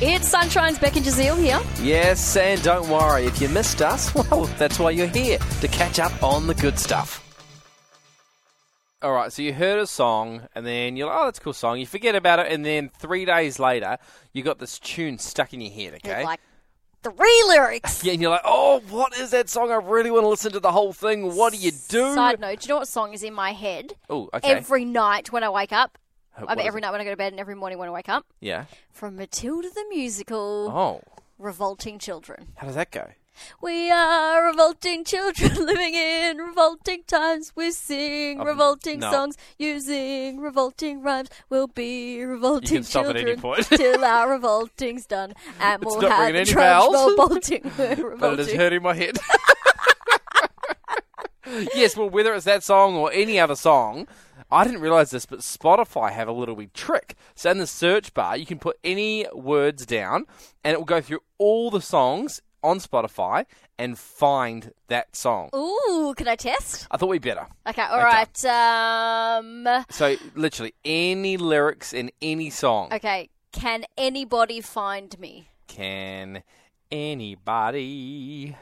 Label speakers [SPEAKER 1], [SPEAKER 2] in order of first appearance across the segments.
[SPEAKER 1] It's Sunshine's Becky Jazeel here.
[SPEAKER 2] Yes, and don't worry, if you missed us, well, that's why you're here, to catch up on the good stuff. All right, so you heard a song, and then you're like, oh, that's a cool song. You forget about it, and then three days later, you got this tune stuck in your head, okay?
[SPEAKER 1] Like three lyrics.
[SPEAKER 2] yeah, and you're like, oh, what is that song? I really want to listen to the whole thing. What do you do?
[SPEAKER 1] Side note, do you know what song is in my head
[SPEAKER 2] oh, okay. Uh,
[SPEAKER 1] every night when I wake up? I
[SPEAKER 2] What
[SPEAKER 1] mean,
[SPEAKER 2] is
[SPEAKER 1] every
[SPEAKER 2] it?
[SPEAKER 1] night when I go to bed and every morning when I wake up?
[SPEAKER 2] Yeah.
[SPEAKER 1] From Matilda the Musical,
[SPEAKER 2] Oh,
[SPEAKER 1] Revolting Children.
[SPEAKER 2] how does that go?
[SPEAKER 1] We are revolting children living in revolting times. We sing
[SPEAKER 2] Um,
[SPEAKER 1] revolting
[SPEAKER 2] no.
[SPEAKER 1] songs using revolting rhymes. We'll be revolting
[SPEAKER 2] stop at
[SPEAKER 1] children
[SPEAKER 2] any point.
[SPEAKER 1] till our revolting's done, and we'll
[SPEAKER 2] not
[SPEAKER 1] have
[SPEAKER 2] ringing
[SPEAKER 1] the
[SPEAKER 2] any
[SPEAKER 1] trench
[SPEAKER 2] bells.
[SPEAKER 1] revolting. We're revolting.
[SPEAKER 2] but it is hurting my head. yes, well, whether it's that song or any other song, I didn't realize this, but Spotify have a little wee trick. So in the search bar, you can put any words down, and it will go through all the songs on Spotify and find that song.
[SPEAKER 1] Ooh, can I test?
[SPEAKER 2] I thought we better.
[SPEAKER 1] Okay, all right. Um,
[SPEAKER 2] So literally any lyrics in any song.
[SPEAKER 1] okay, can anybody find me?
[SPEAKER 2] Can anybody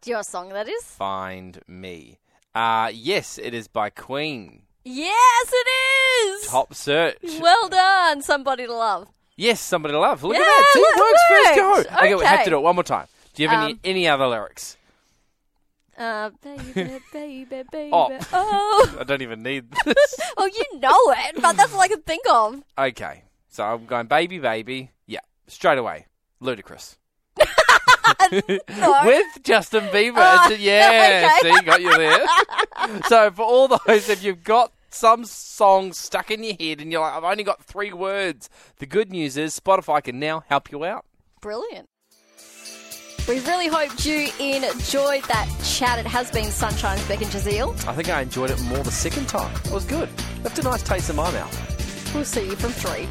[SPEAKER 1] Do you know what song that is?
[SPEAKER 2] find me? Uh yes, it is by Queen.
[SPEAKER 1] Yes, it is.
[SPEAKER 2] Top search.
[SPEAKER 1] Well done, somebody to love.
[SPEAKER 2] Yes, somebody to love. Look
[SPEAKER 1] Yeah,
[SPEAKER 2] at that. See,
[SPEAKER 1] look,
[SPEAKER 2] it works
[SPEAKER 1] works.
[SPEAKER 2] first go. Okay, we have
[SPEAKER 1] Okay.
[SPEAKER 2] to do it one more time. Do you have any
[SPEAKER 1] Um,
[SPEAKER 2] any other lyrics?
[SPEAKER 1] Uh, baby, baby, baby.
[SPEAKER 2] Oh.
[SPEAKER 1] Oh.
[SPEAKER 2] I don't even need this.
[SPEAKER 1] oh, you know it, but that's all I can think of.
[SPEAKER 2] okay, so I'm going baby, baby. Yeah, straight away. Ludicrous. With Justin Bieber.
[SPEAKER 1] Oh,
[SPEAKER 2] It's- yeah,
[SPEAKER 1] okay.
[SPEAKER 2] see, got you there. so for all those, if you've got some song stuck in your head and you're like, I've only got three words, the good news is Spotify can now help you out.
[SPEAKER 1] Brilliant. We really hoped you enjoyed that chat. It has been Sunshine's Beck and Jazeel.
[SPEAKER 2] I think I enjoyed it more the second time. It was good. Left a nice taste in my mouth.
[SPEAKER 1] We'll see you from three.